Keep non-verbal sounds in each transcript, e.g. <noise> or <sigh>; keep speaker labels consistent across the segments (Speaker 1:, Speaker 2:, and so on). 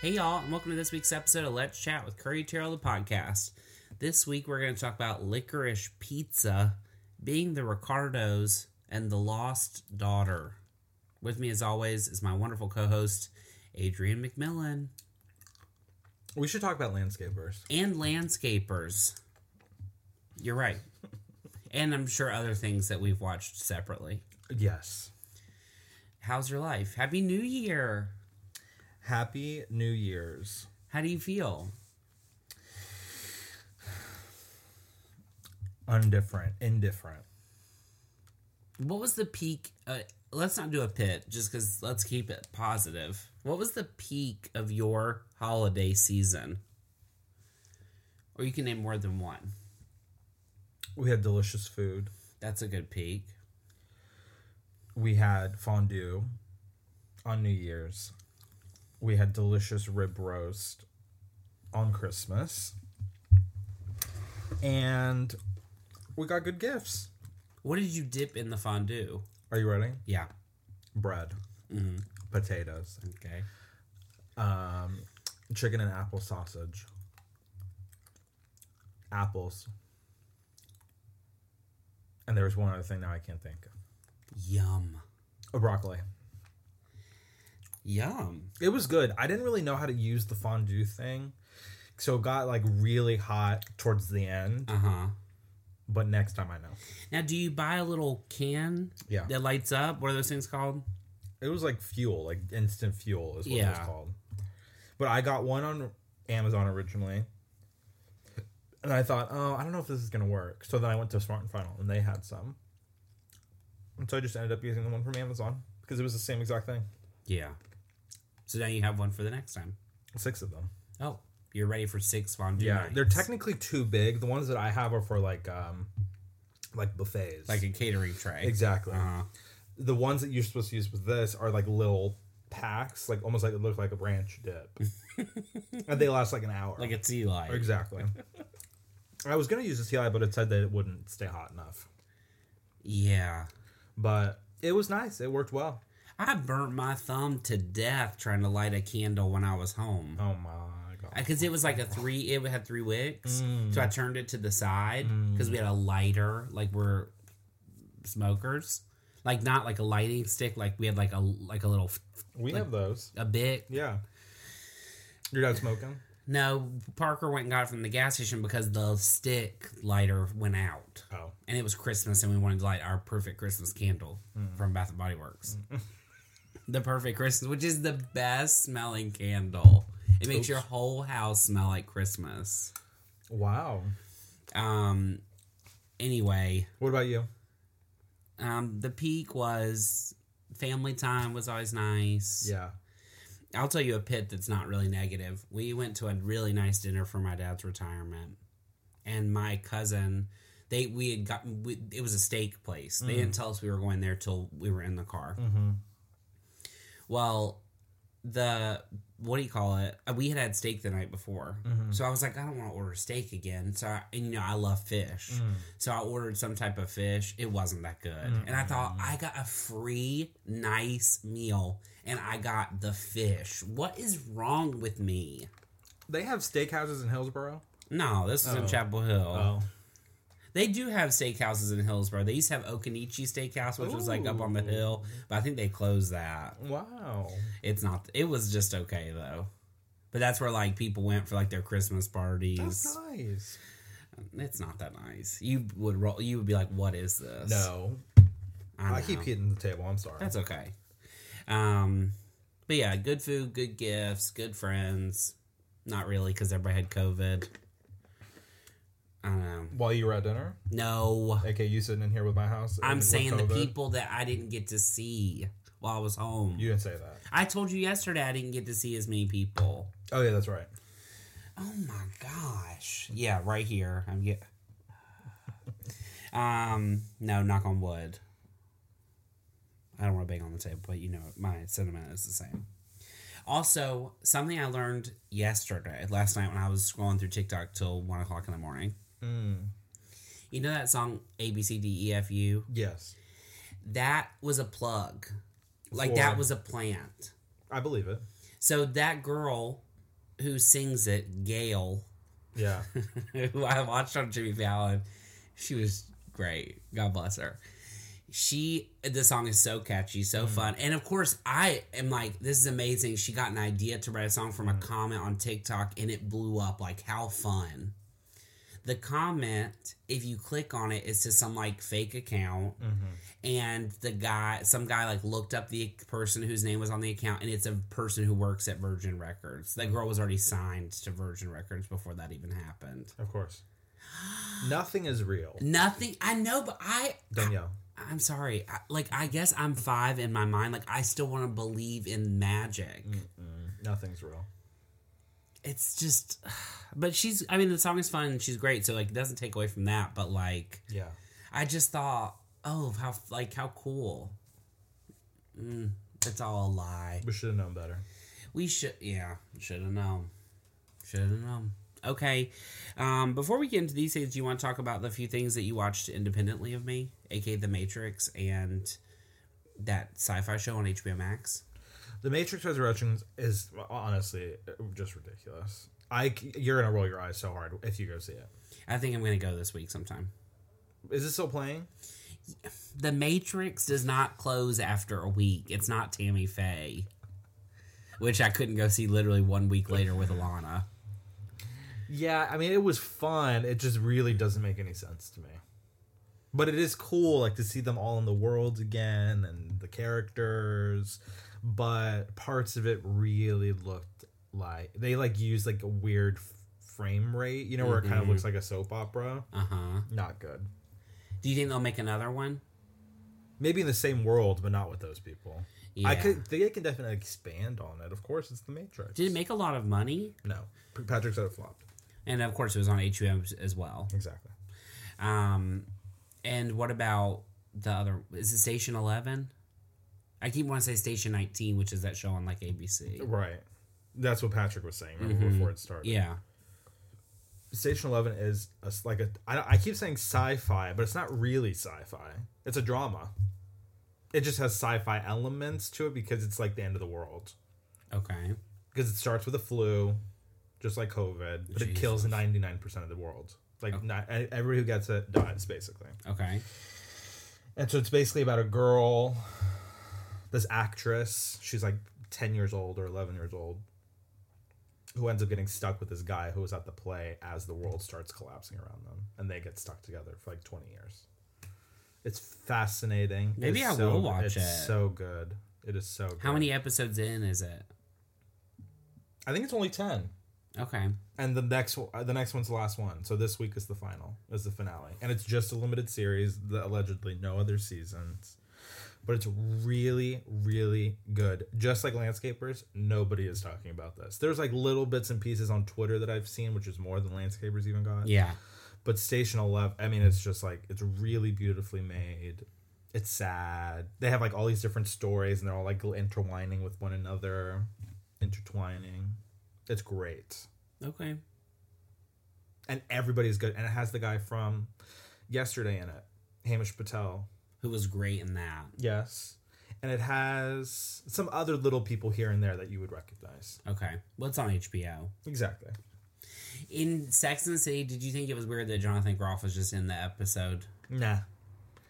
Speaker 1: Hey, y'all, and welcome to this week's episode of Let's Chat with Curry Terrell, the podcast. This week, we're going to talk about licorice pizza, being the Ricardos, and the lost daughter. With me, as always, is my wonderful co host, Adrian McMillan,
Speaker 2: We should talk about landscapers.
Speaker 1: and landscapers. You're right. And I'm sure other things that we've watched separately.
Speaker 2: Yes.
Speaker 1: How's your life? Happy New Year!
Speaker 2: Happy New Year's.
Speaker 1: How do you feel?
Speaker 2: Undifferent. Indifferent.
Speaker 1: What was the peak? Uh, let's not do a pit, just because let's keep it positive. What was the peak of your holiday season? Or you can name more than one.
Speaker 2: We had delicious food.
Speaker 1: That's a good peak.
Speaker 2: We had fondue on New Year's. We had delicious rib roast on Christmas. And we got good gifts.
Speaker 1: What did you dip in the fondue?
Speaker 2: Are you ready?
Speaker 1: Yeah.
Speaker 2: Bread, potatoes,
Speaker 1: Okay.
Speaker 2: um, chicken and apple sausage, apples, and there was one other thing now I can't think of.
Speaker 1: Yum.
Speaker 2: Oh, broccoli.
Speaker 1: Yum.
Speaker 2: It was good. I didn't really know how to use the fondue thing, so it got like really hot towards the end.
Speaker 1: Uh huh.
Speaker 2: But next time I know.
Speaker 1: Now, do you buy a little can
Speaker 2: Yeah.
Speaker 1: that lights up? What are those things called?
Speaker 2: It was like fuel, like instant fuel is what it
Speaker 1: Yeah.
Speaker 2: was called. But I got one on Amazon originally. And I thought, oh, I don't know if this is gonna work. So then I went to Smart and Final and they had some. And so I just ended up using the one from Amazon because it was the same exact thing.
Speaker 1: Yeah. So now you have one for the next time.
Speaker 2: Six of them.
Speaker 1: Oh, you're ready for six fondue.
Speaker 2: Yeah. They're
Speaker 1: nights.
Speaker 2: technically too big. The ones that I have are for like um like buffets.
Speaker 1: like a catering tray.
Speaker 2: exactly.
Speaker 1: Uh-huh.
Speaker 2: The ones that you're supposed to use with this are like little packs, like almost like it looked like a ranch
Speaker 1: <laughs>
Speaker 2: dip. and they last like an hour.
Speaker 1: Like a tea
Speaker 2: <laughs>
Speaker 1: light. <laughs>
Speaker 2: Exactly. I was gonna use the TI, but it said that it wouldn't stay hot enough.
Speaker 1: Yeah.
Speaker 2: But it was nice. It worked well.
Speaker 1: I burnt my thumb to death trying to light a candle when I was home.
Speaker 2: Oh my god.
Speaker 1: Because it was like a three, it had three wicks. So I turned it to the side because we had a lighter, like we're smokers. Like not like a lighting stick, like we had like a like a little
Speaker 2: we have those.
Speaker 1: a bit.
Speaker 2: Yeah. Your dad
Speaker 1: <laughs>
Speaker 2: smoking?
Speaker 1: No, Parker went and got it from the gas station because the stick lighter went out,
Speaker 2: Oh.
Speaker 1: and it was Christmas, and we wanted to light our perfect Christmas candle from Bath and Body Works. the perfect Christmas, which is the best smelling candle. It makes your whole house smell like Christmas.
Speaker 2: Wow.
Speaker 1: Um. Anyway,
Speaker 2: What about you?
Speaker 1: um, the peak was family time was always nice.
Speaker 2: Yeah.
Speaker 1: I'll tell you a pit that's not really negative. We went to a really nice dinner for my dad's retirement, and my cousin. They we had gotten we, it was a steak place. They didn't tell us we were going there till we were in the car.
Speaker 2: Mm-hmm.
Speaker 1: Well, the what do you call it? Uh, We had had steak the night before,
Speaker 2: Mm. Mm-hmm.
Speaker 1: so I was like, I don't want to order steak again. So I, and, you know, I love fish,
Speaker 2: Mm. Mm-hmm.
Speaker 1: so I ordered some type of fish. It wasn't that good, and I thought
Speaker 2: Mm-hmm.
Speaker 1: I got a free nice meal, and I got the fish. What is wrong with me?
Speaker 2: They have steakhouses in Hillsboro.
Speaker 1: No, this is in
Speaker 2: Oh.
Speaker 1: Chapel Hill. They do have steakhouses in Hillsborough. They used to have Okanichi Steakhouse, which was like up on the
Speaker 2: Ooh.
Speaker 1: hill, but I think they closed that.
Speaker 2: Wow.
Speaker 1: It's not. It was just okay though. But that's where like people went for like their Christmas parties.
Speaker 2: That's nice.
Speaker 1: It's not that nice. You would roll. You would be like, "What is this?"
Speaker 2: No.
Speaker 1: I,
Speaker 2: I
Speaker 1: know.
Speaker 2: keep hitting the table. I'm sorry.
Speaker 1: That's okay. Um, but yeah, good food, good gifts, good friends. Not really, because everybody had COVID. I don't know.
Speaker 2: While you were at dinner,
Speaker 1: No,
Speaker 2: aka you sitting in here with my house.
Speaker 1: I'm
Speaker 2: with
Speaker 1: saying the
Speaker 2: COVID?
Speaker 1: people that I didn't get to see while I was home.
Speaker 2: You didn't say that.
Speaker 1: I told you yesterday I didn't get to see as many people.
Speaker 2: Oh yeah, that's right.
Speaker 1: Oh my gosh. Yeah, right here. I'm get Um no, knock on wood. I don't want to bang on the table, but you know my sentiment is the same. Also, something I learned yesterday, last night when I was scrolling through TikTok till one o'clock in the morning.
Speaker 2: Mm.
Speaker 1: You know that song A B C D E F U?
Speaker 2: Yes,
Speaker 1: That was a plug. Like
Speaker 2: For-
Speaker 1: that was a plant.
Speaker 2: I believe it.
Speaker 1: So that girl who sings it, Gail,
Speaker 2: Yeah.
Speaker 1: who <laughs> I watched on Jimmy Fallon. She was great. God bless her. She the song is so catchy, so fun. And of course, I am like, this is amazing. She got an idea to write a song from a comment on TikTok and it blew up. Like, how fun. The comment, if you click on it, is to some like fake account
Speaker 2: mm-hmm,
Speaker 1: and the guy some guy like looked up the person whose name was on the account and it's a person who works at virgin records that girl was already signed to virgin records before that even happened
Speaker 2: Of course. Nothing is real.
Speaker 1: nothing i know but i, I
Speaker 2: Danielle.
Speaker 1: i'm sorry I, like i guess i'm five in my mind like i still want to believe in magic
Speaker 2: Mm, Nothing's real.
Speaker 1: it's just <sighs> but she's i mean the song is fun and she's great so like it doesn't take away from that but like
Speaker 2: Yeah.
Speaker 1: I just thought, oh, how like how cool. Mm, it's all a lie.
Speaker 2: We should have known better.
Speaker 1: We should, yeah, should have known. Should have known. Okay, um, before we get into these things, do you want to talk about the few things that you watched independently of me, aka The Matrix and that sci-fi show on HBO Max?
Speaker 2: The Matrix Resurrections is honestly just ridiculous. I c- you're gonna roll your eyes so hard if you go see it.
Speaker 1: I think I'm gonna go this week sometime.
Speaker 2: Is it still playing?
Speaker 1: The Matrix does not close after a week. It's not Tammy Faye, which I couldn't go see literally one week later with Alana.
Speaker 2: Yeah, I mean it was fun. It just really doesn't make any sense to me. But it is cool, like to see them all in the world again and the characters. But parts of it really looked like they like used like a weird f- frame rate, you know, where it kind of looks like a soap opera.
Speaker 1: Uh huh.
Speaker 2: Not good.
Speaker 1: Do you think they'll make another one?
Speaker 2: Maybe in the same world, but not with those people. I
Speaker 1: Yeah.
Speaker 2: could think I can definitely expand on it. Of course, it's the Matrix.
Speaker 1: Did it make a lot of money?
Speaker 2: no, P- Patrick said it flopped.
Speaker 1: And of course, it was on HBO as well.
Speaker 2: Exactly.
Speaker 1: Um, and what about the other? Is it Station Eleven? I keep wanting to say Station Nineteen, which is that show on like ABC.
Speaker 2: Right. That's what Patrick was saying remember, before it started.
Speaker 1: Yeah,
Speaker 2: Station Eleven is a s like a. I, I keep saying sci-fi, but it's not really sci-fi. It's a drama. It just has sci-fi elements to it because it's like the end of the world.
Speaker 1: okay.
Speaker 2: Because it starts with a flu, just like COVID, but it kills ninety nine percent of the world. Like not, everybody who gets it dies basically.
Speaker 1: Okay.
Speaker 2: And so it's basically about a girl, this actress, she's like 10 years old or 11 years old, who ends up getting stuck with this guy who was at the play as the world starts collapsing around them. And they get stuck together for like 20 years. It's fascinating.
Speaker 1: Maybe
Speaker 2: It's
Speaker 1: I will watch
Speaker 2: it's
Speaker 1: it.
Speaker 2: so good. It is so good.
Speaker 1: How many episodes in is it?
Speaker 2: I think it's only 10.
Speaker 1: Okay.
Speaker 2: And the next one- the next one's the last one. So this week is the final, is the finale. And it's just a limited series, the, allegedly no other seasons. But it's really, really good. Just like Landscapers, nobody is talking about this. There's like little bits and pieces on Twitter that I've seen, which is more than Landscapers even got.
Speaker 1: Yeah.
Speaker 2: But Station 11, I mean, it's just like, it's really beautifully made. It's sad. They have like all these different stories and they're all like intertwining with one another, intertwining. It's great
Speaker 1: Okay.
Speaker 2: and everybody's good. And it has the guy from yesterday in it, Hamish Patel.
Speaker 1: Who was great in that?
Speaker 2: Yes, and it has some other little people here and there that you would recognize.
Speaker 1: Okay. What's on HBO?
Speaker 2: Exactly.
Speaker 1: In Sex and the City, did you think it was weird that Jonathan Groff was just in the episode?
Speaker 2: Nah,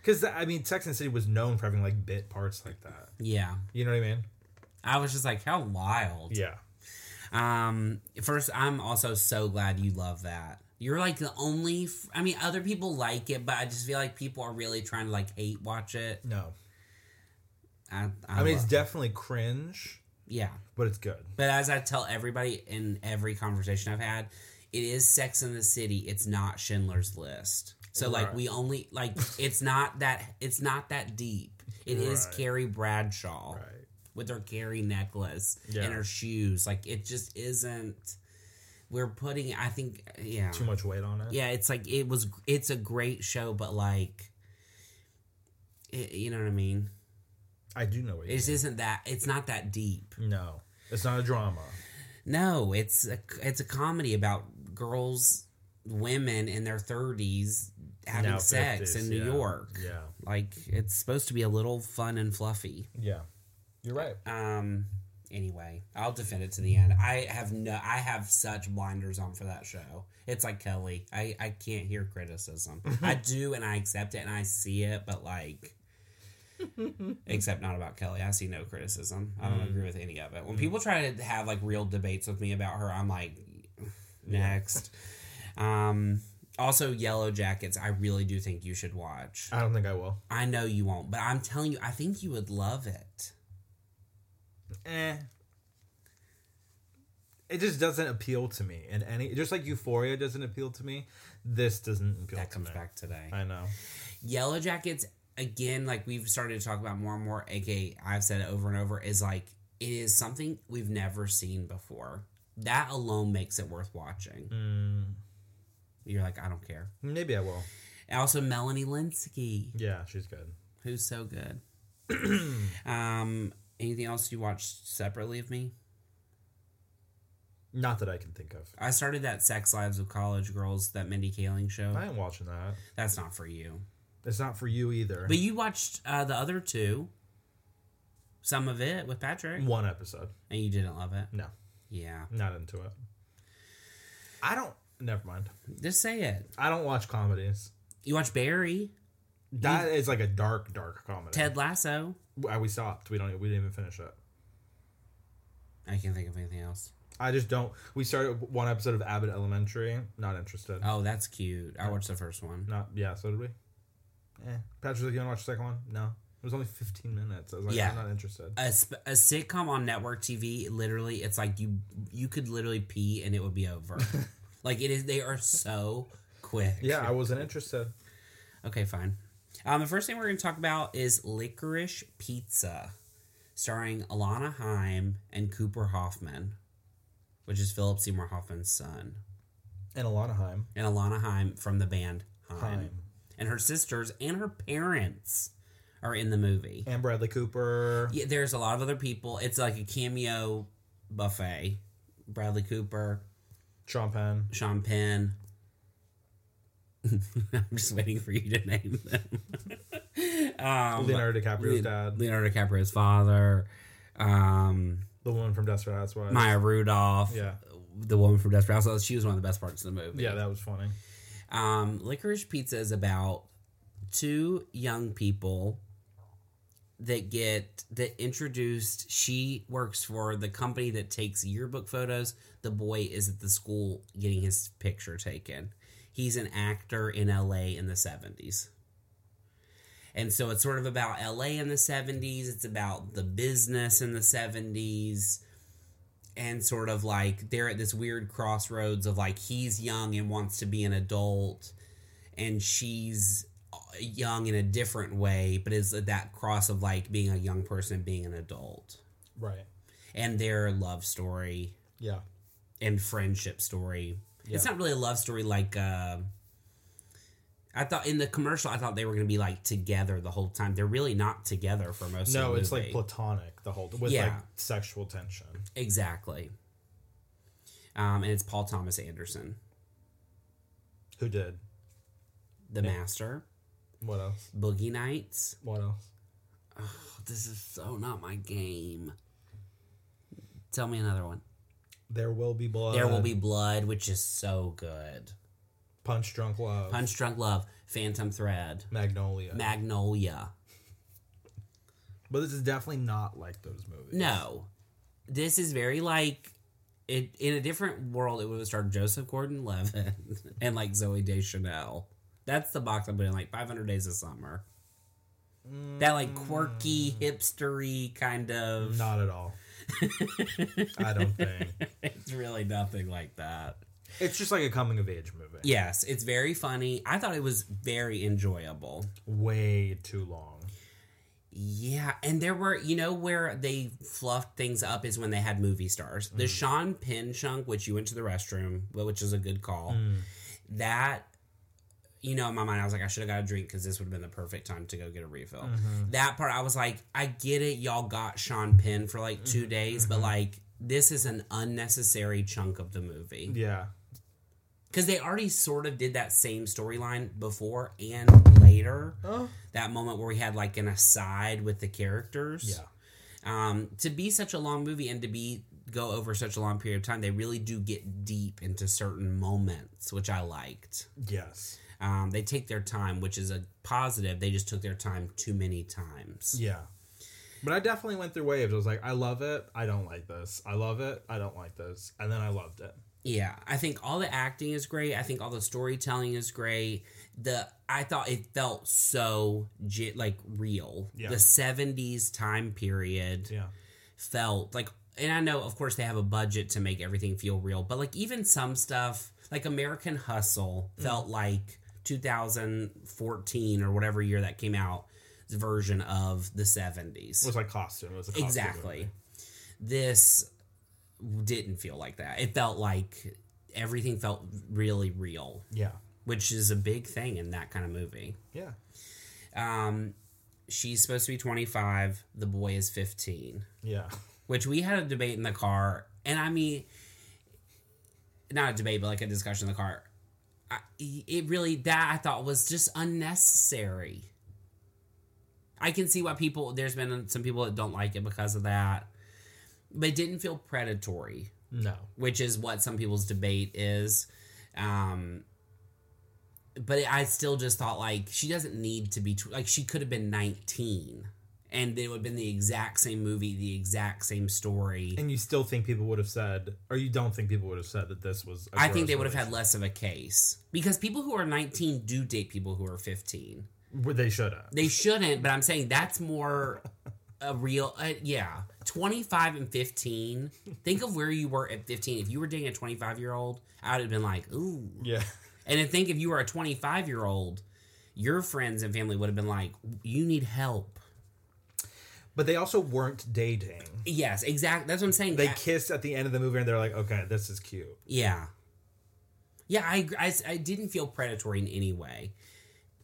Speaker 2: because I mean, Texas City was known for having like bit parts like that.
Speaker 1: Yeah.
Speaker 2: You know what I mean?
Speaker 1: I was just like, how wild.
Speaker 2: Yeah.
Speaker 1: Um, first, I'm also so glad you love that. You're like the only. F- I mean, other people like it, but I just feel like people are really trying to like hate watch it.
Speaker 2: No,
Speaker 1: I, I,
Speaker 2: I mean it's
Speaker 1: love-
Speaker 2: definitely cringe,
Speaker 1: yeah.
Speaker 2: but it's good.
Speaker 1: But as I tell everybody in every conversation I've had, it is Sex in the City. It's not Schindler's List. So like
Speaker 2: Right.
Speaker 1: we only like it's not that it's not that deep. It is
Speaker 2: Right.
Speaker 1: Carrie Bradshaw
Speaker 2: Right.
Speaker 1: with her Carrie necklace
Speaker 2: Yeah.
Speaker 1: and her shoes. Like it just isn't. We're putting. I think yeah.
Speaker 2: Too much weight on it.
Speaker 1: yeah it's like it was it's a great show but like it, you know what i mean
Speaker 2: I do know what you
Speaker 1: it isn't that it's not that deep
Speaker 2: mean. No, it's not a drama.
Speaker 1: no it's a it's a comedy about girls women in their 30s having
Speaker 2: Now
Speaker 1: sex
Speaker 2: 50s,
Speaker 1: in
Speaker 2: yeah.
Speaker 1: new york
Speaker 2: Yeah.
Speaker 1: like it's supposed to be a little fun and fluffy
Speaker 2: Yeah. You're right.
Speaker 1: um anyway, I'll defend it to the end. I have no, I have such blinders on for that show. It's like Kelly. I I can't hear criticism. I do, and I accept it, and I see it, but like. Except not about Kelly. I see no criticism. I don't agree with any of it. When people try to have like real debates with me about her, I'm like, next. Um, also, Yellow Jackets. I really do think you should watch.
Speaker 2: I don't think I will.
Speaker 1: I know you won't, but I'm telling you, I think you would love it.
Speaker 2: Eh. It just doesn't appeal to me in any. Just like Euphoria doesn't appeal to me, this doesn't appeal
Speaker 1: That
Speaker 2: to
Speaker 1: comes
Speaker 2: me.
Speaker 1: back today.
Speaker 2: I know.
Speaker 1: Yellow Jackets, again, like we've started to talk about more and more, aka I've said it over and over, is like it is something we've never seen before. That alone makes it worth watching. You're like, I don't care.
Speaker 2: Mm, Maybe I will.
Speaker 1: And Also, Melanie Linsky,
Speaker 2: Yeah, she's good. <clears throat>
Speaker 1: who's so good. um, anything else you watched separately of me?
Speaker 2: Not that I can think of.
Speaker 1: I started that Sex Lives of College Girls, that Mindy Kaling show.
Speaker 2: I ain't watching that.
Speaker 1: That's not for you.
Speaker 2: It's not for you either.
Speaker 1: But you watched uh, the other two, some of it with Patrick,
Speaker 2: One episode.
Speaker 1: and you didn't love it.
Speaker 2: No,
Speaker 1: Yeah.
Speaker 2: not into it. I don't. Never mind.
Speaker 1: Just say it.
Speaker 2: I don't watch comedies.
Speaker 1: You watch Barry,
Speaker 2: That is like a dark, dark comedy.
Speaker 1: Ted Lasso.
Speaker 2: Uh, we stopped. We don't. We didn't even finish it.
Speaker 1: I can't think of anything else.
Speaker 2: I just don't. We started one episode of Abbott Elementary. Not interested.
Speaker 1: Oh, that's cute. I watched the first one.
Speaker 2: Not yeah. So did we? Eh. Patrick's like, you want to watch the second one? No. It was only fifteen minutes. I was like,
Speaker 1: Yeah. Uh,
Speaker 2: I'm not interested.
Speaker 1: A, sp- a sitcom on network TV, literally, it's like you you could literally pee and it would
Speaker 2: <laughs>
Speaker 1: be over. like it is. They are so quick.
Speaker 2: Yeah, I wasn't interested.
Speaker 1: Okay, fine. Um, the first thing we're going to talk about is Licorice Pizza, starring Alana Heim and Cooper Hoffman, which is Philip Seymour Hoffman's son,
Speaker 2: And Alana Heim.
Speaker 1: and Alana Heim from the band Heim.
Speaker 2: Heim.
Speaker 1: And her sisters and her parents are in the movie.
Speaker 2: And Bradley Cooper.
Speaker 1: Yeah, there's a lot of other people. It's like a cameo buffet. Bradley Cooper,
Speaker 2: Sean Penn.
Speaker 1: Sean Penn. <laughs> I'm just waiting for you to name them. <laughs> um,
Speaker 2: Leonardo DiCaprio's dad.
Speaker 1: Leonardo DiCaprio's father, um,
Speaker 2: The woman from Desperate Housewives.
Speaker 1: Maya Rudolph,
Speaker 2: Yeah.
Speaker 1: the woman from Desperate Housewives. She was one of the best parts of the movie.
Speaker 2: Yeah, that was funny.
Speaker 1: Um, Licorice Pizza is about two young people that get that introduced. She works for the company that takes yearbook photos. The boy is at the school getting his picture taken. He's an actor in LA in the 70s. And so it's sort of about LA in the 70s, it's about the business in the 70s and sort of like they're at this weird crossroads of like he's young and wants to be an adult and she's uh, young in a different way but is at that cross of like being a young person and being an adult
Speaker 2: Right.
Speaker 1: and their love story
Speaker 2: Yeah.
Speaker 1: and friendship story it's
Speaker 2: Yeah.
Speaker 1: not really a love story like uh, i thought in the commercial i thought they were going to be like together the whole time they're really not together for most of
Speaker 2: No,
Speaker 1: the
Speaker 2: it's
Speaker 1: movie.
Speaker 2: like platonic the whole with like
Speaker 1: Yeah.
Speaker 2: sexual tension.
Speaker 1: exactly um, and it's paul thomas anderson
Speaker 2: Who did?
Speaker 1: The Master,
Speaker 2: What else?
Speaker 1: Boogie Nights.
Speaker 2: What else?
Speaker 1: Oh, this is so not my game. Tell me another one. Uh,
Speaker 2: There will be blood.
Speaker 1: there Will Be Blood, which is so good.
Speaker 2: punch drunk love.
Speaker 1: Punch Drunk Love, Phantom Thread,
Speaker 2: Magnolia.
Speaker 1: Magnolia.
Speaker 2: but this is definitely not like those movies.
Speaker 1: No, this is very like it in a different world. It would have starred Joseph Gordon-Levitt <laughs> and like Zoe Deschanel. That's the box I'm putting like 500 Days of Summer.
Speaker 2: Mm,
Speaker 1: That like quirky hipstery kind of. <laughs>
Speaker 2: Not at all. I don't think.
Speaker 1: It's really nothing like that.
Speaker 2: It's just like a coming of age movie.
Speaker 1: Yes, it's very funny. I thought it was very enjoyable.
Speaker 2: Way too long.
Speaker 1: Yeah, and there were, you know, where they fluffed things up is when they had movie stars. The Sean Penn chunk, which you went to the restroom, wh- which is a good call.
Speaker 2: Mm.
Speaker 1: That, you know, in my mind, I was like, I should have got a drink because this would have been the perfect time to go get a refill. That part, I was like, I get it. Y'all got Sean Penn for like 2 days, but like, this is an unnecessary chunk of the movie.
Speaker 2: Yeah.
Speaker 1: because they already sort of did that same storyline before and later.
Speaker 2: Oh.
Speaker 1: That moment where we had like an aside with the characters.
Speaker 2: Yeah.
Speaker 1: Um, to be such a long movie and to be go over such a long period of time, they really do get deep into certain moments, which I liked.
Speaker 2: Yes.
Speaker 1: Um, they take their time, which is a positive. They just took their time too many times.
Speaker 2: Yeah. But I definitely went through waves. I was like, I love it. I don't like this. I love it. I don't like this. And then I loved it.
Speaker 1: Yeah, I think all the acting is great. I think all the storytelling is great. The I thought it felt so ge- like real.
Speaker 2: Yeah.
Speaker 1: The seventies time period
Speaker 2: Yeah.
Speaker 1: felt like, and I know of course they have a budget to make everything feel real, but like even some stuff like American Hustle felt like 2014 or whatever year that came out version of the seventies.
Speaker 2: It was like costume. It was a costume
Speaker 1: Exactly.
Speaker 2: movie.
Speaker 1: This didn't feel like that. It felt like everything felt really real,
Speaker 2: Yeah.
Speaker 1: which is a big thing in that kind of movie.
Speaker 2: Yeah.
Speaker 1: Um, she's supposed to be 25, the boy is 15,
Speaker 2: Yeah.
Speaker 1: which we had a debate in the car. And I mean, not a debate, but like a discussion in the car. I, it really, that I thought was just unnecessary. I can see why people, there's been some people that don't like it because of that. But it didn't feel predatory,
Speaker 2: No.
Speaker 1: which is what some people's debate is. Um, but I still just thought, like, she doesn't need to be, tw- like, she could have been 19 and it would have been the exact same movie, the exact same story.
Speaker 2: And you still think people would have said, or you don't think people would have said that this was. I
Speaker 1: I think they would have had less of a case because people who are 19 do date people who are 15.
Speaker 2: had. They should have.
Speaker 1: They shouldn't, but I'm saying that's more a real, uh, yeah. 25 and 15. Think of where you were at 15. If you were dating a 25 year old, I would have been like, ooh.
Speaker 2: Yeah.
Speaker 1: And then think if you were a 25 year old, your friends and family would have been like, you need help.
Speaker 2: But they also weren't dating.
Speaker 1: Yes, exactly. That's what I'm saying.
Speaker 2: They
Speaker 1: I-
Speaker 2: kissed at the end of the movie and they're like, okay, this is cute.
Speaker 1: Yeah. Yeah, I, I, I didn't feel predatory in any way.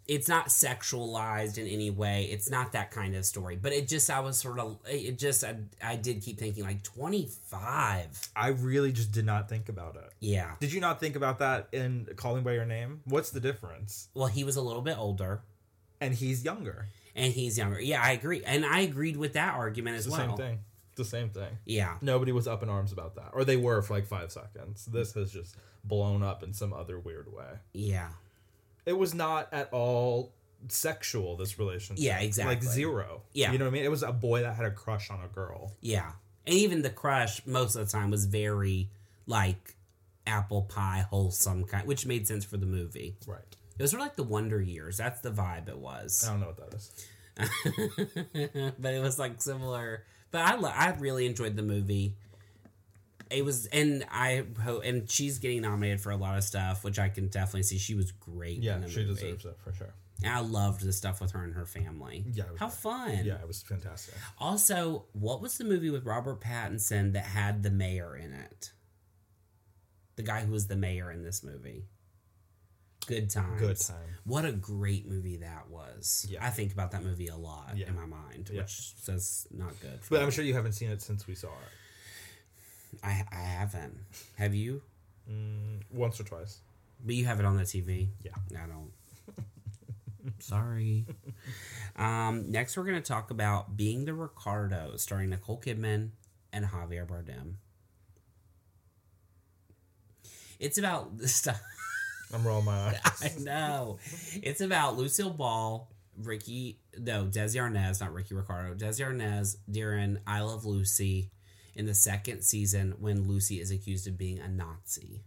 Speaker 1: It's not sexualized in any way. It's not that kind of story. But it just, I was sort of, it just, I, I did keep thinking, like, 25.
Speaker 2: I really just did not think about it.
Speaker 1: Yeah.
Speaker 2: Did you not think about that in Calling by Your Name? What's the difference?
Speaker 1: Well, he was a little bit older
Speaker 2: And he's younger.
Speaker 1: and he's younger. Yeah, I agree. And I agreed with that argument as
Speaker 2: It's the same
Speaker 1: well.
Speaker 2: thing. It's the same thing.
Speaker 1: Yeah.
Speaker 2: Nobody was up in arms about that. Or they were for like five seconds. This has just blown up in some other weird way.
Speaker 1: Yeah.
Speaker 2: It was not at all sexual, this relationship.
Speaker 1: Yeah, exactly.
Speaker 2: Like zero.
Speaker 1: Yeah.
Speaker 2: You know what I mean? It was a boy that had a crush on a girl.
Speaker 1: Yeah. And even the crush most of the time was very like apple pie wholesome kind which made sense for the movie.
Speaker 2: Right.
Speaker 1: It was sort of like the Wonder Years. That's the vibe it
Speaker 2: I
Speaker 1: was.
Speaker 2: don't know what that is.
Speaker 1: <laughs> but it was like similar. But I lo- I really enjoyed the movie. It was and I ho- and she's getting nominated for a lot of stuff, which I can definitely see. She was great.
Speaker 2: Yeah,
Speaker 1: in the
Speaker 2: she
Speaker 1: movie.
Speaker 2: deserves it for sure.
Speaker 1: And I loved the stuff with her and her family.
Speaker 2: Yeah, it was
Speaker 1: how
Speaker 2: great.
Speaker 1: fun.
Speaker 2: Yeah, it was fantastic.
Speaker 1: Also, what was the movie with Robert Pattinson that had the mayor in it? The guy who was the mayor in this movie. Good times.
Speaker 2: Good time.
Speaker 1: What a great movie that was.
Speaker 2: Yeah.
Speaker 1: I think about that movie a lot
Speaker 2: Yeah.
Speaker 1: in my mind,
Speaker 2: Yeah.
Speaker 1: which says not good. For
Speaker 2: But
Speaker 1: me.
Speaker 2: I'm sure you haven't seen it since we saw it.
Speaker 1: I, I haven't. Have you?
Speaker 2: Mm, once or twice.
Speaker 1: But you have it on the TV.
Speaker 2: Yeah.
Speaker 1: I don't. <laughs> Sorry. Um, next, we're going to talk about Being the Ricardo, starring Nicole Kidman and Javier Bardem. It's about <laughs> stuff.
Speaker 2: I'm rolling my
Speaker 1: <laughs>
Speaker 2: eyes.
Speaker 1: I know. It's about Lucille Ball, Ricky, no, Desi Arnaz, not Ricky Ricardo, Desi Arnaz, Darren, I Love Lucy in the second season when Lucy is accused of being a Nazi,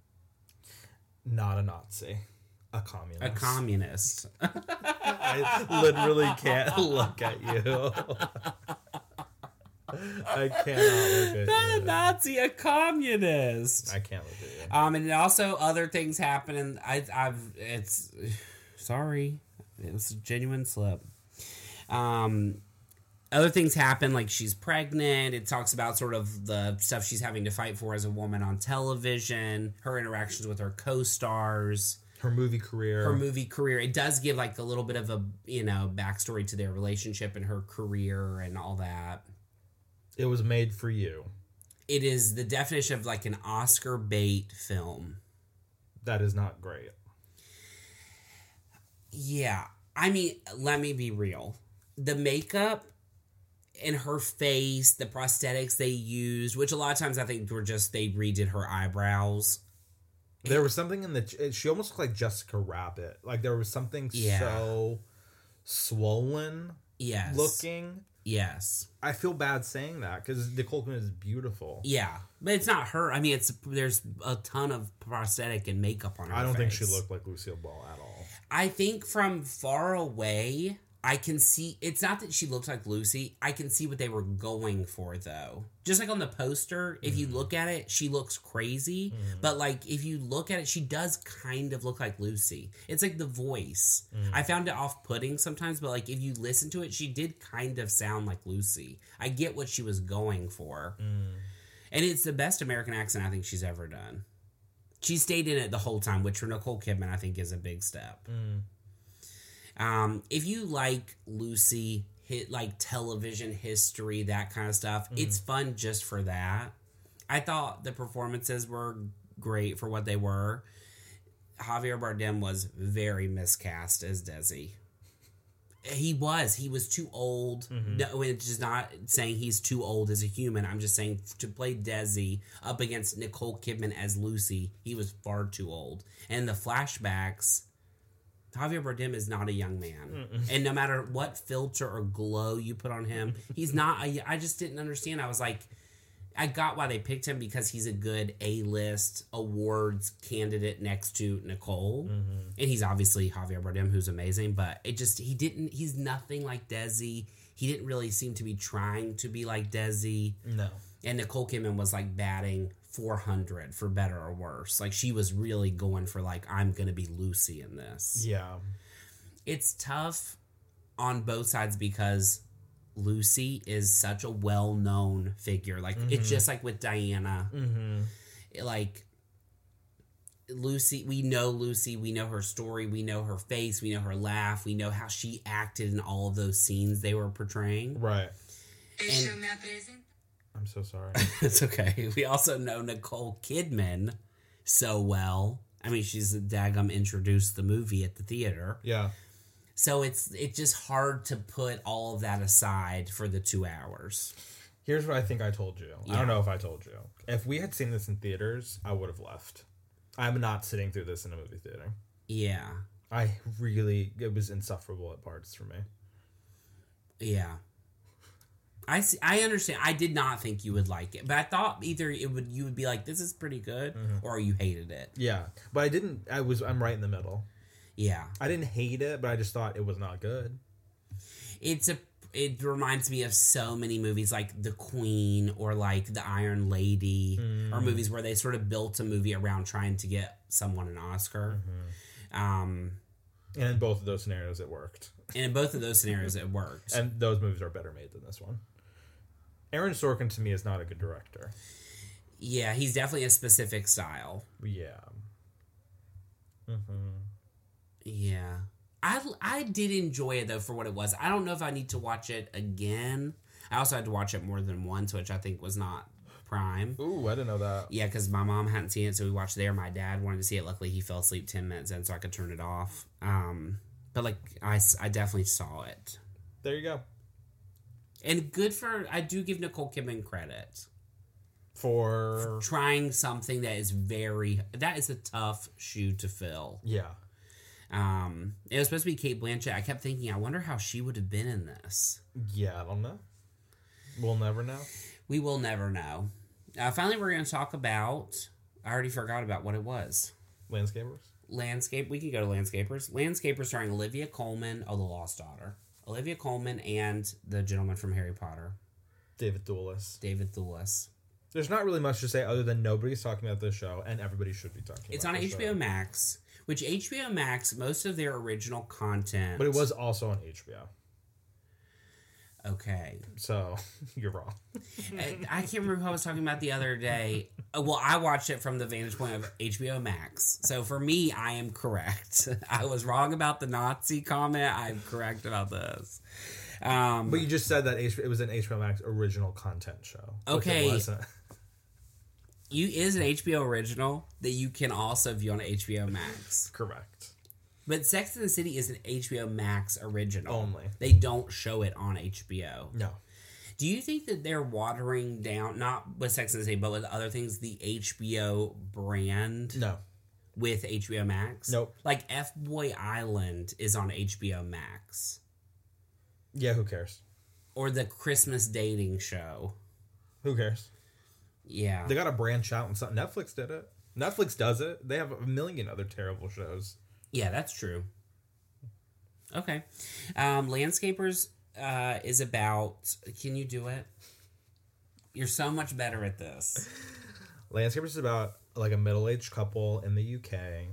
Speaker 2: Not a Nazi. A communist.
Speaker 1: a communist.
Speaker 2: <laughs> I literally
Speaker 1: <laughs>
Speaker 2: can't look at you. <laughs> I cannot look at
Speaker 1: not a
Speaker 2: you.
Speaker 1: Nazi, a communist.
Speaker 2: I can't look at you.
Speaker 1: Um, and also other things happen, and I, I've it's <sighs> sorry, it was a genuine slip. Um, other things happen, like she's pregnant. It talks about sort of the stuff she's having to fight for as a woman on television, her interactions with her co-stars,
Speaker 2: Her movie career.
Speaker 1: her movie career. It does give like a little bit of a you know backstory to their relationship and her career and all that.
Speaker 2: it was made for you.
Speaker 1: It is the definition of like an Oscar bait film.
Speaker 2: That is not great.
Speaker 1: Yeah. I mean, let me be real. The makeup in her face, the prosthetics they used, which a lot of times I think were just they redid her eyebrows.
Speaker 2: There was something in the she almost looked like Jessica Rabbit. Like there was something
Speaker 1: Yeah.
Speaker 2: so swollen
Speaker 1: Yes.
Speaker 2: looking.
Speaker 1: Yes.
Speaker 2: I feel bad saying that because Nicole Kidman is beautiful.
Speaker 1: Yeah. But it's not her. I mean, it's there's a ton of prosthetic and makeup on her.
Speaker 2: I don't think she
Speaker 1: face.
Speaker 2: looked like Lucille Ball at all.
Speaker 1: I think from far away, I can see. It's not that she looks like Lucy. I can see what they were going for, though. Just like on the poster, if you look at it, she looks crazy. But like if you look at it, she does kind of look like Lucy. It's like the voice. I found it off-putting sometimes, but like if you listen to it, she did kind of sound like Lucy. I get what she was going for, and it's the best American accent I think she's ever done. She stayed in it the whole time, which for Nicole Kidman, I think, is a big step. Um, if you like Lucy, hit like television history, that kind of stuff, it's fun just for that. I thought the performances were great for what they were. Javier Bardem was very miscast as Desi. He was. He was too old. No, it's just not saying he's too old as a human. I'm just saying to play Desi up against Nicole Kidman as Lucy, he was far too old. And the flashbacks, Javier Bardem is not a young man. And no matter what filter or glow you put on him, he's not. A, I just didn't understand. I was like, I got why they picked him because he's a good A list awards candidate next to Nicole. And he's obviously Javier Bardem, who's amazing, but it just, he didn't, he's nothing like Desi. He didn't really seem to be trying to be like Desi.
Speaker 2: No.
Speaker 1: And Nicole Kidman was like batting 400 for better or worse. Like she was really going for, like, I'm going to be Lucy in this
Speaker 2: Yeah.
Speaker 1: it's tough on both sides because Lucy is such a well known figure. Like it's just like with Diana.
Speaker 2: Mm-hmm.
Speaker 1: Like Lucy, we know Lucy, we know her story, we know her face, we know her laugh, we know how she acted in all of those scenes they were portraying. <laughs>
Speaker 2: Right.
Speaker 3: Еще me apresenta.
Speaker 2: I'm so sorry.
Speaker 1: <laughs> it's okay. We also know Nicole Kidman so well. I mean, she's the daggum introduced the movie at the theater.
Speaker 2: yeah.
Speaker 1: So it's it's just hard to put all of that aside for the two hours.
Speaker 2: Here's what I think I told you. I
Speaker 1: Yeah.
Speaker 2: don't know if I told you. If we had seen this in theaters, I would have left. I'm not sitting through this in a movie theater.
Speaker 1: Yeah,
Speaker 2: I really, it was insufferable at parts for me.
Speaker 1: yeah. I see, I understand. I did not think you would like it, but I thought either it would you would be like this is pretty good, or you hated it.
Speaker 2: Yeah, but I didn't. I was. I'm right in the middle.
Speaker 1: Yeah,
Speaker 2: I didn't hate it, but I just thought it was not good.
Speaker 1: it's a it reminds me of so many movies like The Queen or like The Iron Lady or movies where they sort of built a movie around trying to get someone an Oscar. Um,
Speaker 2: And in both of those scenarios, it worked.
Speaker 1: and in both of those scenarios, it worked.
Speaker 2: And those movies are better made than this one. Aaron Sorkin to me is not a good director.
Speaker 1: Yeah, he's definitely a specific style.
Speaker 2: Yeah. Mm-hmm.
Speaker 1: Yeah. I I did enjoy it though for what it was. I don't know if I need to watch it again. I also had to watch it more than once, which I think was not prime.
Speaker 2: Ooh, I didn't know that.
Speaker 1: Yeah, because my mom hadn't seen it, so we watched there. My dad wanted to see it. Luckily, he fell asleep ten minutes in, so I could turn it off. Um, but like I, s- I definitely saw it,
Speaker 2: There you go.
Speaker 1: and good for I do give Nicole Kidman credit
Speaker 2: For
Speaker 1: trying something that is very that is a tough shoe to fill.
Speaker 2: yeah,
Speaker 1: Um, it was supposed to be Kate Blanchett. I kept thinking, I wonder how she would have been in this.
Speaker 2: yeah. I don't know. We'll never know.
Speaker 1: We will never know. Uh, finally, we're going to talk about. I already forgot about what it was.
Speaker 2: Landscapers.
Speaker 1: Landscape. We can go to landscapers. Landscapers starring Olivia Coleman of The Lost Daughter, Olivia Coleman, and the gentleman from Harry Potter,
Speaker 2: David Doulis.
Speaker 1: David Thewlis.
Speaker 2: There's not really much to say other than nobody's talking about this show, and everybody should be talking.
Speaker 1: It's
Speaker 2: about
Speaker 1: on
Speaker 2: this
Speaker 1: HBO
Speaker 2: show.
Speaker 1: Max, which HBO Max most of their original content.
Speaker 2: but it was also on HBO.
Speaker 1: okay.
Speaker 2: So <laughs> you're wrong.
Speaker 1: I I can't remember who I was talking about the other day. Uh, Well, I watched it from the vantage point of HBO Max. So for me, I am correct. <laughs> I was wrong about the Nazi comment. I'm correct about this. Um,
Speaker 2: But you just said that H- it was an HBO Max original content show. which it
Speaker 1: Okay.
Speaker 2: wasn't. <laughs>
Speaker 1: you is an HBO original that you can also view on HBO Max.
Speaker 2: Correct.
Speaker 1: But Sex and the City is an HBO Max original.
Speaker 2: Only.
Speaker 1: They don't show it on HBO.
Speaker 2: No.
Speaker 1: Do you think that they're watering down, not with Sex and the City, but with other things, the HBO brand
Speaker 2: No.
Speaker 1: with HBO Max?
Speaker 2: Nope.
Speaker 1: Like F Boy Island is on HBO Max,
Speaker 2: Yeah, who cares?
Speaker 1: or the Christmas dating show.
Speaker 2: Who cares?
Speaker 1: Yeah,
Speaker 2: They got to branch out and something. Netflix did it. Netflix does it. They have a million other terrible shows.
Speaker 1: yeah, that's true. Okay, um, landscapers uh, is about. Can you do it? You're so much better at this.
Speaker 2: Landscapers is about like a middle aged couple in the UK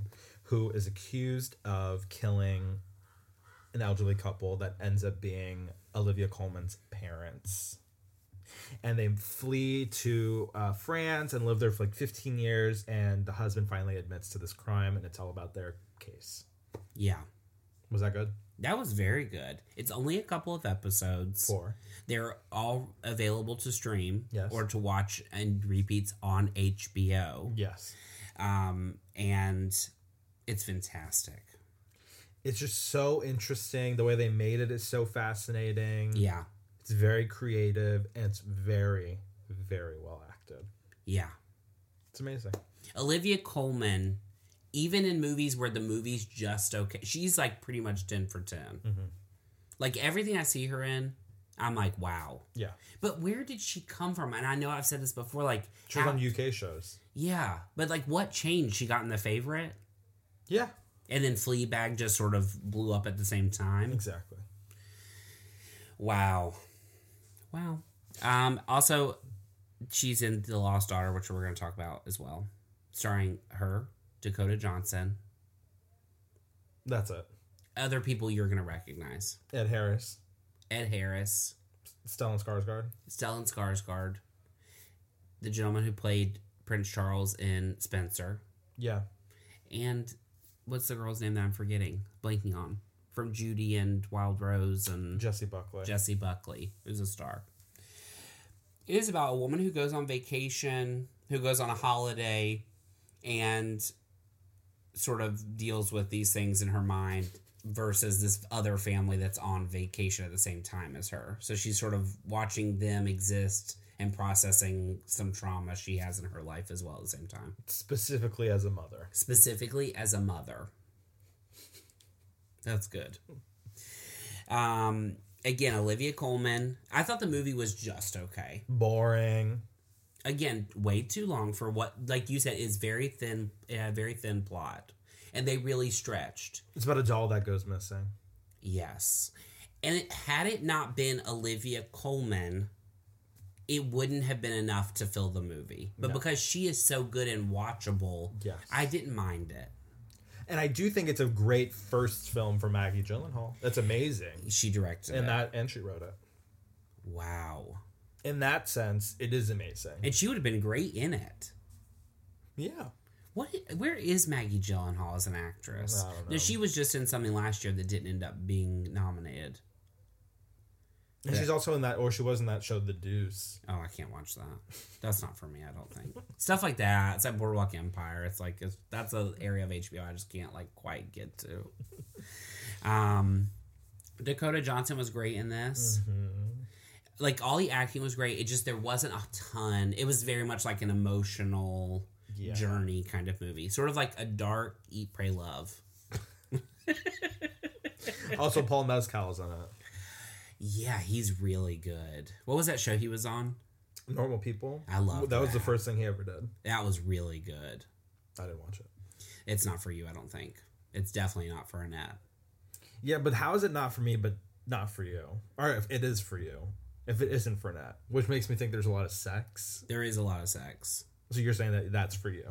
Speaker 2: who is accused of killing an elderly couple that ends up being Olivia Coleman's parents. And they flee to uh, France and live there for like 15 years. And the husband finally admits to this crime, and it's all about their case.
Speaker 1: Yeah,
Speaker 2: Was that good?
Speaker 1: that was very good. It's only a couple of episodes.
Speaker 2: Four.
Speaker 1: They're all available to stream
Speaker 2: Yes.
Speaker 1: or to watch and repeats on HBO.
Speaker 2: Yes.
Speaker 1: Um, and it's fantastic.
Speaker 2: It's just so interesting. The way they made it is so fascinating.
Speaker 1: Yeah.
Speaker 2: It's very creative and it's very, very well acted.
Speaker 1: Yeah.
Speaker 2: It's amazing.
Speaker 1: Olivia Coleman, even in movies where the movie's just okay, she's like pretty much 10 for 10.
Speaker 2: Mm-hmm.
Speaker 1: Like everything I see her in, I'm like, wow.
Speaker 2: Yeah.
Speaker 1: But where did she come from? And I know I've said this before, like,
Speaker 2: She was
Speaker 1: how-
Speaker 2: on UK shows.
Speaker 1: yeah, but like what changed? She got in the favorite
Speaker 2: Yeah.
Speaker 1: and then Fleabag just sort of blew up at the same time.
Speaker 2: Exactly.
Speaker 1: Wow. Wow. Um, also, she's in The Lost Daughter, which we're going to talk about as well, starring her, Dakota Johnson,
Speaker 2: That's it.
Speaker 1: other people you're going to recognize
Speaker 2: Ed Harris,
Speaker 1: Ed Harris,
Speaker 2: Stellan Skarsgård.
Speaker 1: Stellan Skarsgård, the gentleman who played Prince Charles in Spencer,
Speaker 2: Yeah.
Speaker 1: and what's the girl's name that I'm forgetting, blanking on, from Judy and Wild Rose and
Speaker 2: Jesse Buckley.
Speaker 1: Jesse Buckley, who's a star. It is about a woman who goes on vacation, who goes on a holiday, and sort of deals with these things in her mind versus this other family that's on vacation at the same time as her. So she's sort of watching them exist and processing some trauma she has in her life as well at the same time,
Speaker 2: Specifically as a mother.
Speaker 1: specifically as a mother. That's good. Um, again, Olivia Coleman. I thought the movie was just okay.
Speaker 2: Boring.
Speaker 1: Again, way too long for what, like you said, is very thin, yeah, very thin plot, and they really stretched.
Speaker 2: It's about a doll that goes missing.
Speaker 1: Yes, and it, had it not been Olivia Coleman, it wouldn't have been enough to fill the movie. But
Speaker 2: No.
Speaker 1: because she is so good and watchable,
Speaker 2: Yes.
Speaker 1: I didn't mind it.
Speaker 2: And I do think it's a great first film for Maggie Gyllenhaal. That's amazing.
Speaker 1: She directed
Speaker 2: And
Speaker 1: it.
Speaker 2: that and she wrote it.
Speaker 1: wow,
Speaker 2: In that sense, it is amazing.
Speaker 1: and she would have been great in it.
Speaker 2: Yeah.
Speaker 1: What? Where is Maggie Gyllenhaal as an actress?
Speaker 2: I don't know.
Speaker 1: No, she was just in something last year that didn't end up being nominated.
Speaker 2: And
Speaker 1: Yeah.
Speaker 2: she's also in that, or she was in that show, The Deuce.
Speaker 1: Oh, I can't watch that. That's not for me. I don't think stuff like that. It's like Boardwalk Empire. It's like it's, that's an area of HBO I just can't like quite get to. Um, Dakota Johnson was great in this.
Speaker 2: Mm. Mm-hmm.
Speaker 1: Like all the acting was great. It just there wasn't a ton. It was very much like an emotional
Speaker 2: Yeah.
Speaker 1: journey kind of movie, sort of like a dark Eat, Pray, Love.
Speaker 2: also, Paul Mezcal's in it.
Speaker 1: Yeah, he's really good. What was that show he was on?
Speaker 2: Normal People.
Speaker 1: I love
Speaker 2: that. was the
Speaker 1: that.
Speaker 2: first thing he ever did.
Speaker 1: That was really good.
Speaker 2: I didn't watch it.
Speaker 1: It's not for you, I don't think. It's definitely not for Annette.
Speaker 2: Yeah, but how is it not for me, but not for you? Or if it is for you, if it isn't for Nat, which makes me think there's a lot of sex.
Speaker 1: There is a lot of sex.
Speaker 2: So you're saying that that's for you?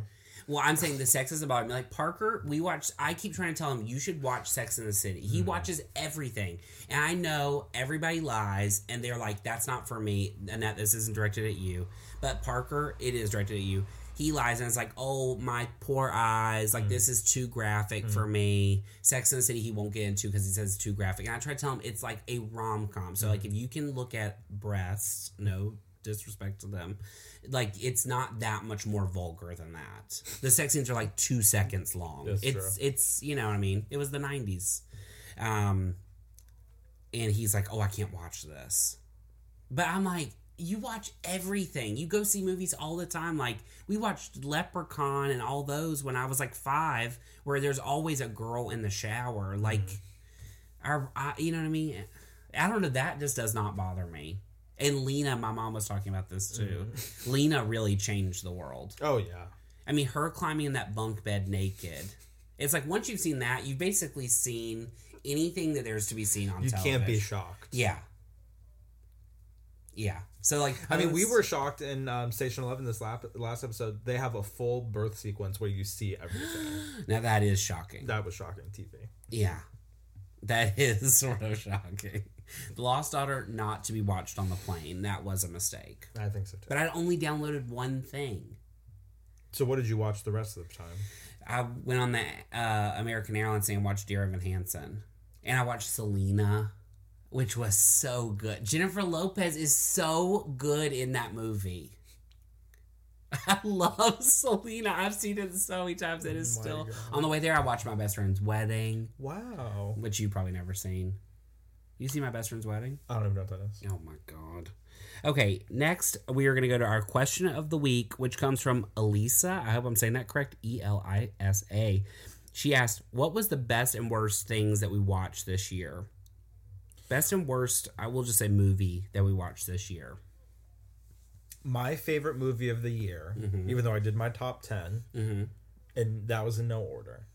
Speaker 1: Well, I'm saying the sex is about me. Like Parker, we watch. I keep trying to tell him you should watch Sex in the City. He watches everything, and I know everybody lies, and they're like, "That's not for me." Annette, this isn't directed at you. But Parker, it is directed at you. He lies and is like, "Oh, my poor eyes! Like this is too graphic for me." Sex in the City, he won't get into because he says it's too graphic. And I try to tell him it's like a rom com. So like, if you can look at breasts, no disrespect to them. Like it's not that much more vulgar than that. The sex scenes are like two seconds long.
Speaker 2: That's
Speaker 1: it's it's you know what I mean. It was the nineties, um, and he's like, oh, I can't watch this. But I'm like, you watch everything. You go see movies all the time. Like we watched Leprechaun and all those when I was like five, where there's always a girl in the shower. Like, our, I, you know what I mean? I don't know. That just does not bother me. And Lena, my mom was talking about this too.
Speaker 2: Mm-hmm.
Speaker 1: <laughs> Lena really changed the world.
Speaker 2: Oh yeah.
Speaker 1: I mean, her climbing in that bunk bed naked. It's like once you've seen that, you've basically seen anything that there's to be seen on
Speaker 2: You
Speaker 1: television.
Speaker 2: can't be shocked.
Speaker 1: Yeah. Yeah. So like
Speaker 2: I mean, we
Speaker 1: those-
Speaker 2: were shocked in um, Station Eleven this lap, last episode. They have a full birth sequence where you see everything.
Speaker 1: <gasps> Now that is shocking.
Speaker 2: that was shocking TV.
Speaker 1: yeah. That <laughs> is sort of shocking. The Lost Daughter not to be watched on the plane. That was a mistake.
Speaker 2: I think so too.
Speaker 1: But I only downloaded one thing.
Speaker 2: so what did you watch the rest of the time?
Speaker 1: I went on the uh, American Airlines thing and watched Dear Evan Hansen. And I watched Selena, which was so good. Jennifer Lopez is so good in that movie. <laughs> I love Selena. I've seen it so many times. It is
Speaker 2: Oh My
Speaker 1: still
Speaker 2: God.
Speaker 1: on the way there. I watched my best friend's wedding,
Speaker 2: Wow.
Speaker 1: which you probably never seen. You see my best friend's wedding?
Speaker 2: I don't even know what that is.
Speaker 1: Oh my god. Okay, next we are going to go to our question of the week, which comes from Elisa. I hope I'm saying that correct. E L I S A. She asked, "What was the best and worst things that we watched this year?" Best and worst, I will just say movie that we watched this year.
Speaker 2: My favorite movie of the year, even though I did my top 10 and that was in no order.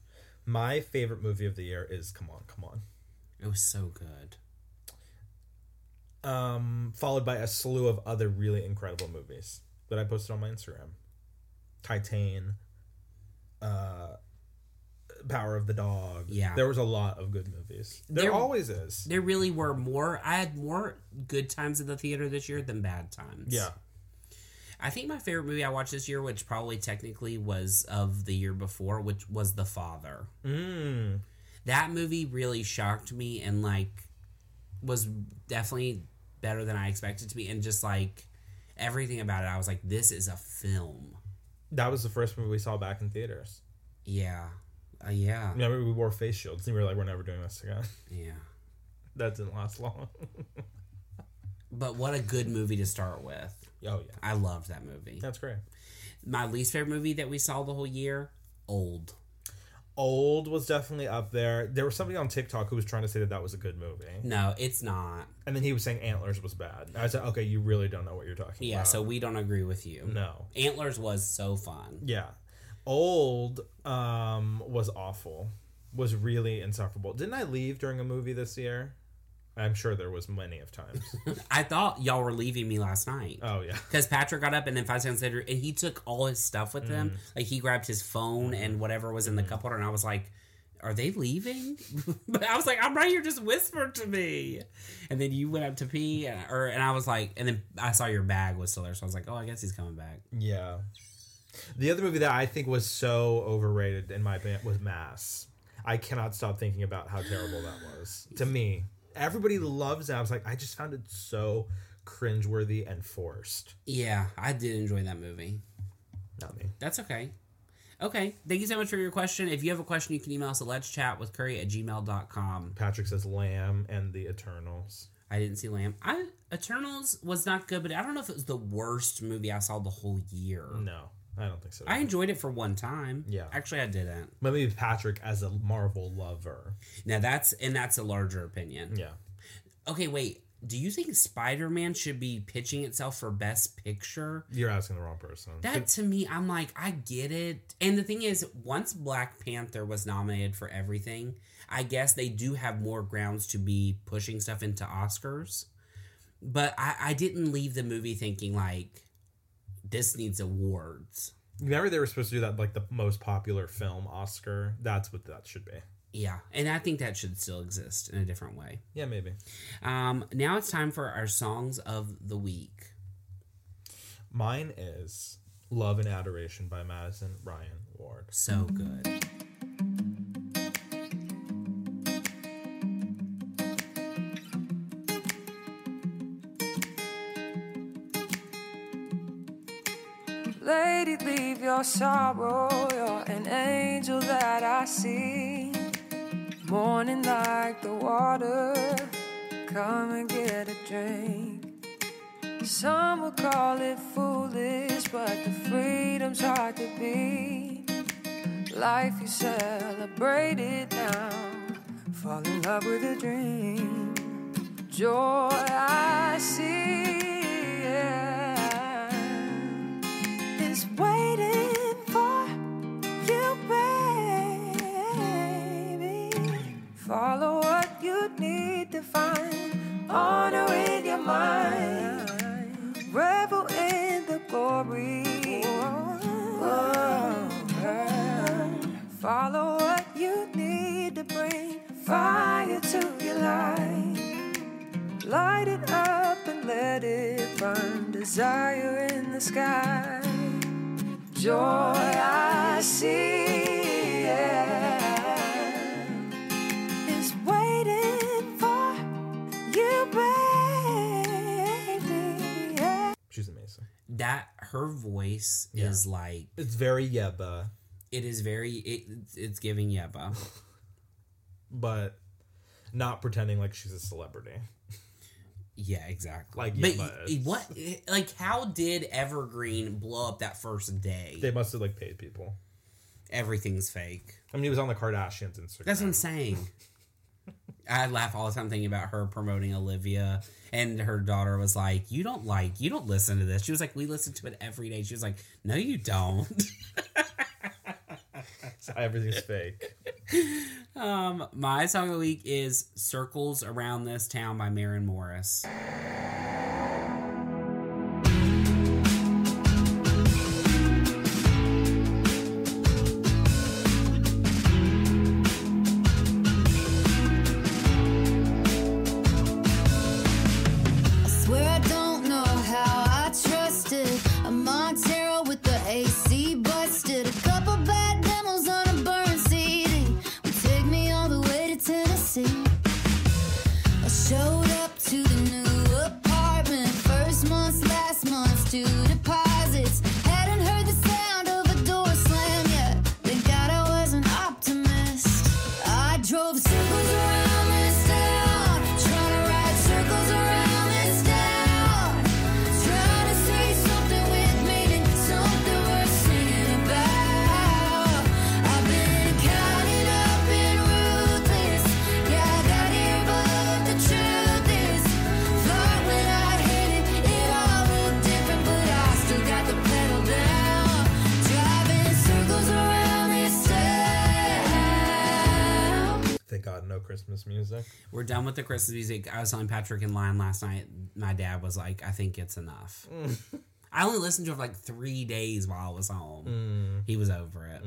Speaker 2: My favorite movie of the year is Come On, Come On.
Speaker 1: It was so good.
Speaker 2: um, followed by a slew of other really incredible movies that I posted on my Instagram. Titan, uh, Power of the Dog.
Speaker 1: Yeah.
Speaker 2: there was a lot of good movies. There,
Speaker 1: There-
Speaker 2: always is.
Speaker 1: There really were more. I had more good times at the theater this year than bad times.
Speaker 2: yeah,
Speaker 1: I think my favorite movie I watched this year, which probably technically was of the year before, which was The Father.
Speaker 2: mm,
Speaker 1: that movie really shocked me and like was definitely better than I expected to be and just like everything about it I was like this is a film.
Speaker 2: that was the first movie we saw back in theaters.
Speaker 1: Yeah. Uh, yeah.
Speaker 2: Remember, we wore face shields and we were like, "We're never doing this again."
Speaker 1: Yeah.
Speaker 2: that didn't last
Speaker 1: <laughs>
Speaker 2: long.
Speaker 1: Oh, But what a good movie to start with.
Speaker 2: oh yeah,
Speaker 1: I loved that movie.
Speaker 2: that's great.
Speaker 1: My least favorite movie that we saw the whole year, Old.
Speaker 2: Old was definitely up there. There was somebody on TikTok who was trying to say that that was a good movie,
Speaker 1: No, it's not.
Speaker 2: and then he was saying Antlers was bad. I said, "Okay, you really don't know what you're talking
Speaker 1: Yeah,
Speaker 2: about."
Speaker 1: so we don't agree with you.
Speaker 2: no,
Speaker 1: Antlers was so fun.
Speaker 2: Yeah. Old um was awful. Was really insufferable. Didn't I leave during a movie this year? I'm sure there was many of times.
Speaker 1: <laughs> I thought y'all were leaving me last night.
Speaker 2: oh yeah.
Speaker 1: Because Patrick got up and then five seconds later, and he took all his stuff with him. Like he grabbed his phone and whatever was in the cup holder, and I was like, "Are they leaving?" <laughs> but I was like, "I'm right here, just whisper to me." And then you went up to pee, and, or and I was like, and then I saw your bag was still there, so I was like, "Oh, I guess he's coming back."
Speaker 2: Yeah. The other movie that I think was so overrated in my opinion was Mass. I cannot stop thinking about how terrible that was. To me. Everybody loves it. I was like, I just found it so cringeworthy and forced.
Speaker 1: Yeah, I did enjoy that movie.
Speaker 2: Not me.
Speaker 1: That's okay. Okay, thank you so much for your question. If you have a question, you can email us at let's chat with curry at gmail.com.
Speaker 2: Patrick says Lamb and the Eternals.
Speaker 1: I didn't see Lamb. I Eternals was not good, but I don't know if it was the worst movie I saw the whole year.
Speaker 2: No, I don't think so.
Speaker 1: I enjoyed it for one time.
Speaker 2: Mm. Yeah.
Speaker 1: Actually, I didn't.
Speaker 2: Maybe Patrick as a Marvel lover.
Speaker 1: Now that's and that's a larger opinion.
Speaker 2: Yeah.
Speaker 1: Okay, wait. Do you think Spider Man should be pitching itself for Best Picture?
Speaker 2: You're asking the wrong person.
Speaker 1: That to me, I'm like, I get it. And the thing is, once Black Panther was nominated for everything, I guess they do have more grounds to be pushing stuff into Oscars. But I, I didn't leave the movie thinking like this needs awards.
Speaker 2: Remember they were supposed to do that like the most popular film Oscar. That's what that should be.
Speaker 1: Yeah, and I think that should still exist in a different way.
Speaker 2: Yeah, maybe.
Speaker 1: Um, now it's time for our songs of the week.
Speaker 2: Mine is Love and Adoration by Madison Ryan Ward.
Speaker 1: So good.
Speaker 4: Lady, leave your sorrow. You're an angel that I see. Morning like the water. Come and get a drink. Some would call it foolish, but the freedom's hard to beat. Life you celebrate it now. Fall in love with a dream. Joy I see yeah, is waiting for you, baby. Follow what you need to find. Honor in your mind. Revel in the glory. Follow what you need to bring fire to your life. Light it up and let it burn. Desire in the sky. Joy I see. Yeah. Is waiting for you, baby. Yeah.
Speaker 2: She's amazing.
Speaker 1: That her voice
Speaker 2: Yeah.
Speaker 1: is like
Speaker 2: It's very yeba,
Speaker 1: it is very it, it's giving yeba.
Speaker 2: but not pretending like she's a celebrity.
Speaker 1: Yeah, exactly.
Speaker 2: Like, yeah,
Speaker 1: but, y-
Speaker 2: but it's-
Speaker 1: what? eh, Like, how did Evergreen blow up that first day?
Speaker 2: They must have like paid people.
Speaker 1: Everything's fake.
Speaker 2: I mean, he was on the Kardashians Instagram.
Speaker 1: That's what I'm saying. <laughs> I laugh all the time thinking about her promoting Olivia, and her daughter was like, "You don't like, you don't listen to this." She was like, "We listen to it every day." She was like, "No, you don't." <laughs>
Speaker 2: Everything's fake.
Speaker 1: um, my song of the week is "Circles Around This Town" by Maren Morris.
Speaker 5: I swear I don't know how I trusted a Montero with the AC busted. A couple bad demos on a burned CD would take me all the way to Tennessee. I showed up to the new apartment. First month's, last month's two deposits. Hadn't heard the sound of a door slam yet. Thank God I was an optimist. I drove circles around this town. Trying to ride circles around this town. Trying to say something with meaning. Something worth singing about. I've been counted up and ruthless. Yeah, I got here, but the truth is, thought when I hit it, it all looked different, but I still got the pedal down. Driving circles around this town.
Speaker 2: Thank God, no Christmas music.
Speaker 1: We're done with the Christmas music. I was telling Patrick in line last night. My dad was like, "I think it's enough." I only listened to it for like three days while I was home. He was over it.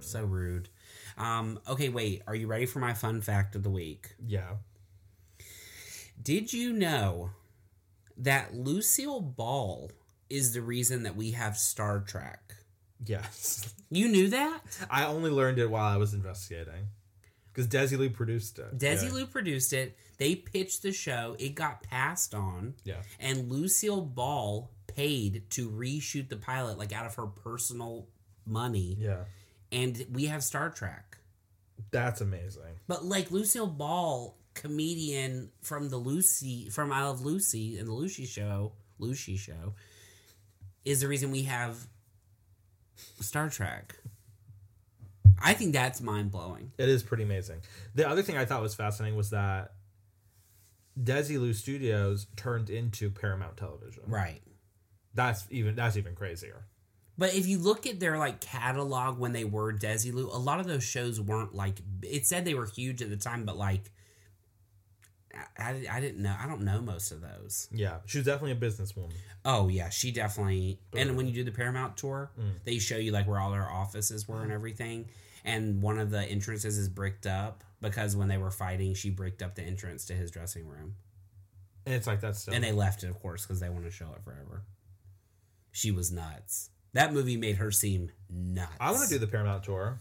Speaker 1: So rude. Um, okay, wait. Are you ready for my fun fact of the week?
Speaker 2: Yeah.
Speaker 1: Did you know that Lucille Ball is the reason that we have Star Trek? <laughs>
Speaker 2: Yes.
Speaker 1: You knew that?
Speaker 2: I only learned it while I was investigating. Because Desi Lou produced it.
Speaker 1: Desi
Speaker 2: yeah.
Speaker 1: Lou produced it. They pitched the show. It got passed on.
Speaker 2: Yeah.
Speaker 1: and Lucille Ball paid to reshoot the pilot like out of her personal money
Speaker 2: Yeah.
Speaker 1: and we have Star Trek.
Speaker 2: That's amazing.
Speaker 1: But like Lucille Ball, comedian from the Lucy from I Love Lucy and the Lucy show, Lucy show is the reason we have Star Trek. I think that's mind blowing.
Speaker 2: It is pretty amazing. The other thing I thought was fascinating was that Desi Lou Studios turned into Paramount Television.
Speaker 1: Right.
Speaker 2: That's even that's even crazier.
Speaker 1: But if you look at their like catalog when they were Desilu, a lot of those shows weren't like it said they were huge at the time, but like I, I, I didn't know I don't know most of those.
Speaker 2: Yeah. She was definitely a businesswoman.
Speaker 1: Oh yeah, she definitely. And when you do the Paramount tour,
Speaker 2: Mm.
Speaker 1: they show you like where all their offices were and everything. And one of the entrances is bricked up because when they were fighting, she bricked up the entrance to his dressing room,
Speaker 2: And it's like that's still
Speaker 1: and they left it, of course, because they want to show it forever. She was nuts. That movie made her seem nuts.
Speaker 2: I want to do the Paramount tour.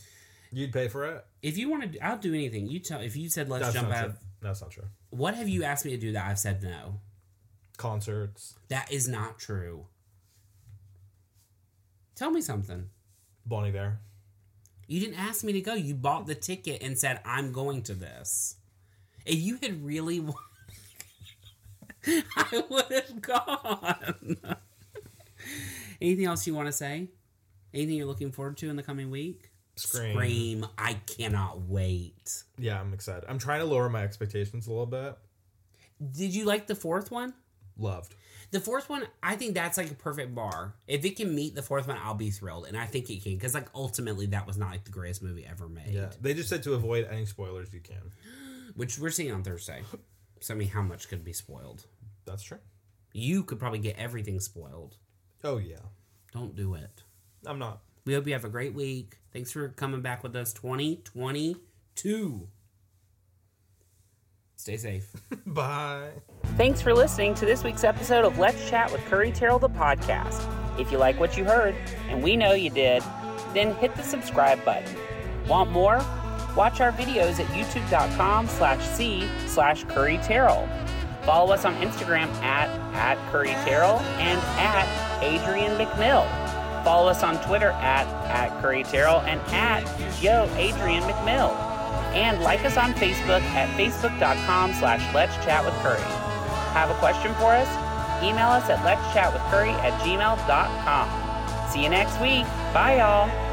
Speaker 2: You'd pay for it?
Speaker 1: If you want to, I'll do anything. You tell. If you said let's
Speaker 2: That's
Speaker 1: jump
Speaker 2: not
Speaker 1: out,
Speaker 2: true. That's not true.
Speaker 1: what have you asked me to do that I've said no?
Speaker 2: Concerts,
Speaker 1: That is not true. Tell me something.
Speaker 2: Bonnie Bear.
Speaker 1: You didn't ask me to go. You bought the ticket <laughs> and said I'm going to this. If you had really, wa-
Speaker 6: I would have gone. Anything else you want to say? Anything you're looking forward to in the coming week?
Speaker 2: Scream.
Speaker 6: Scream. I cannot wait.
Speaker 2: Yeah, I'm excited. I'm trying to lower my expectations a little bit.
Speaker 6: Did you like the fourth one?
Speaker 2: Loved.
Speaker 6: The fourth one, I think that's like a perfect bar. If it can meet the fourth one, I'll be thrilled, and I think it can because like ultimately that was not like the greatest movie ever made,
Speaker 2: Yeah. They just said to avoid any spoilers you can.
Speaker 6: which we're seeing on Thursday. So I mean, how much could be spoiled?
Speaker 2: That's true.
Speaker 6: You could probably get everything spoiled.
Speaker 2: Oh yeah.
Speaker 6: Don't do it.
Speaker 2: I'm not. <laughs>
Speaker 6: We hope you have a great week. Thanks for coming back with us 2022. Stay safe.
Speaker 2: Bye.
Speaker 1: Thanks for listening to this week's episode of Let's Chat with Curry Terrell, the podcast. If you like what you heard, and we know you did, then hit the subscribe button. Want more? Watch our videos at youtube.com slash C slash Curry Terrell. Follow us on Instagram at, at Curry Terrell and at Adrian McMill. Follow us on Twitter at, at Curry Terrell and at Yo Adrian McMill. And like us on Facebook at facebook.com slash Let's Chat with Curry. Have a question for us? Email us at let's chat with Curry at gmail.com. See you next week. Bye, y'all.